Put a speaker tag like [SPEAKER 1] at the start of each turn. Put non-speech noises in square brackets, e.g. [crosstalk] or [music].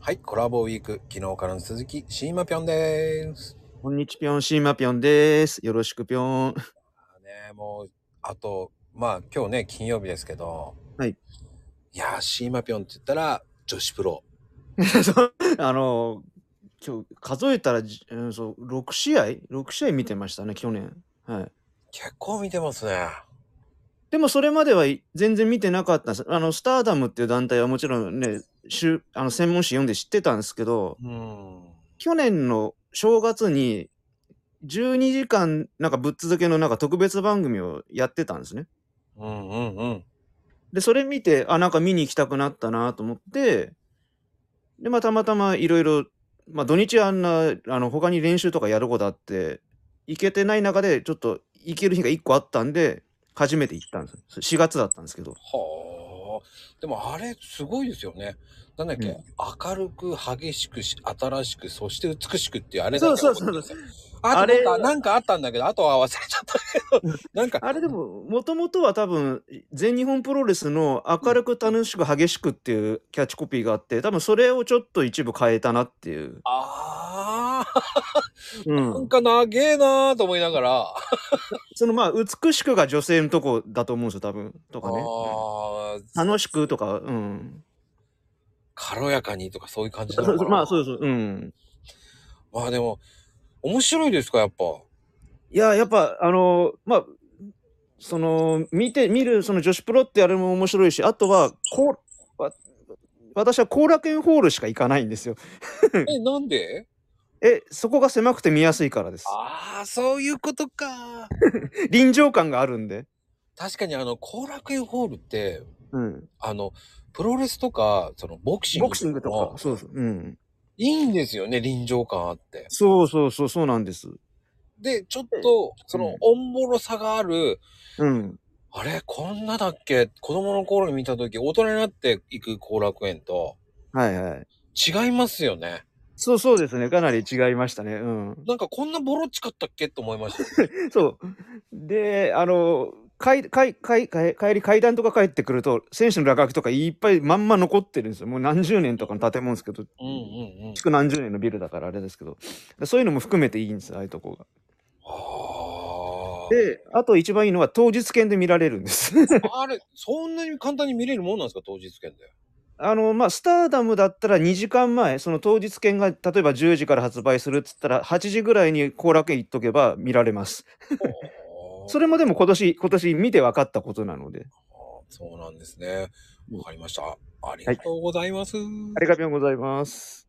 [SPEAKER 1] はい、コラボウィーク、昨日からの続き、シーマぴょんです。
[SPEAKER 2] こんにちぴょん、シーマぴょんです。よろしくぴょん。
[SPEAKER 1] ね、もう、あと、まあ今日ね、金曜日ですけど、
[SPEAKER 2] はい。
[SPEAKER 1] いやー、シーマぴょんって言ったら、女子プロ。
[SPEAKER 2] そうあの、今日数えたらじ、うん、そう6試合 ?6 試合見てましたね、去年。はい。
[SPEAKER 1] 結構見てますね。
[SPEAKER 2] でもそれまではい全然見てなかったんです。あの、スターダムっていう団体はもちろんね、しゅあの専門誌読んで知ってたんですけど、
[SPEAKER 1] うん。
[SPEAKER 2] 去年の正月に12時間なんかぶっ続けのなんか特別番組をやってたんですね。
[SPEAKER 1] うんうんうん。
[SPEAKER 2] で、それ見て、あ、なんか見に行きたくなったなと思って、で、まあ、たまたまいろいろ、まあ、土日あんな、あの、他に練習とかやることあって、行けてない中で、ちょっと行ける日が1個あったんで、初めて行ったんですよ。そ4月だったんですけど。
[SPEAKER 1] はあ。でもあれ、すごいですよね。なんだっけ、
[SPEAKER 2] うん
[SPEAKER 1] 明るく、激しくし、新しく、そして美しくっていう、あれだけ
[SPEAKER 2] そうそうそうそう。
[SPEAKER 1] あ
[SPEAKER 2] あ
[SPEAKER 1] れ
[SPEAKER 2] れ
[SPEAKER 1] なんかあったんだけど、あとは忘れちゃったけど、なんか、
[SPEAKER 2] あれでも、もともとは多分、全日本プロレスの明るく楽しく激しくっていうキャッチコピーがあって、多分それをちょっと一部変えたなっていう。
[SPEAKER 1] ああ、
[SPEAKER 2] う
[SPEAKER 1] なん
[SPEAKER 2] ん。
[SPEAKER 1] か長えなーと思いながら、
[SPEAKER 2] そのまあ、美しくが女性のとこだと思うんですよ、多分。とかね。
[SPEAKER 1] ああ、
[SPEAKER 2] 楽しくとか、うん。
[SPEAKER 1] 軽やかにとかそういう感じな
[SPEAKER 2] そ
[SPEAKER 1] の
[SPEAKER 2] う
[SPEAKER 1] か
[SPEAKER 2] そう
[SPEAKER 1] な。
[SPEAKER 2] まあそうそう、うん。
[SPEAKER 1] まあでも、面白いですか、やっぱ。
[SPEAKER 2] いや、やっぱ、あのまあ、その、見て、見る、その女子プロってあれも面白いし、あとは、こう、わ私は後楽園ホールしか行かないんですよ。
[SPEAKER 1] え、なんで
[SPEAKER 2] え、そこが狭くて見やすいからです。
[SPEAKER 1] ああ、そういうことか。
[SPEAKER 2] 臨場感があるんで。
[SPEAKER 1] 確かにあの、後楽園ホールって、
[SPEAKER 2] うん。
[SPEAKER 1] あの、プロレスとか、その、ボクシング
[SPEAKER 2] ボクシングとか。そうそう。うん。
[SPEAKER 1] いいんですよね、臨場感あって。
[SPEAKER 2] そうそうそう、そうなんです。
[SPEAKER 1] で、ちょっと、その、おんぼろさがある、
[SPEAKER 2] うん。
[SPEAKER 1] あれ、こんなだっけ子供の頃に見たとき、大人になっていく後楽園と、
[SPEAKER 2] はいはい。
[SPEAKER 1] 違いますよね。
[SPEAKER 2] そうそうですね。かなり違いましたね。うん。
[SPEAKER 1] なんかこんなボロっちかったっけと思いました。
[SPEAKER 2] そう。で、あの、かいかいかいかい帰り階段とか帰ってくると選手の落書きとかいっぱいまんま残ってるんですよもう何十年とかの建物ですけど
[SPEAKER 1] [laughs] うんうんうん。
[SPEAKER 2] 築何十年のビルだからあれですけどそういうのも含めていいんですよああいうとこが
[SPEAKER 1] あー
[SPEAKER 2] であと一番いいのは当日券で見られるんです [laughs]
[SPEAKER 1] あれ、そんなに簡単に見れるもんなんですか、当日券で。
[SPEAKER 2] あのまあスターダムだったら2時間前その当日券が例えば10時から発売するっつったら8時ぐらいに後楽園行っとけば見られますそれもでも今年今年見て分かったことなので
[SPEAKER 1] あーそうなんですね。わかりました。ありが
[SPEAKER 2] はい
[SPEAKER 1] とうございます。
[SPEAKER 2] ありがとうございます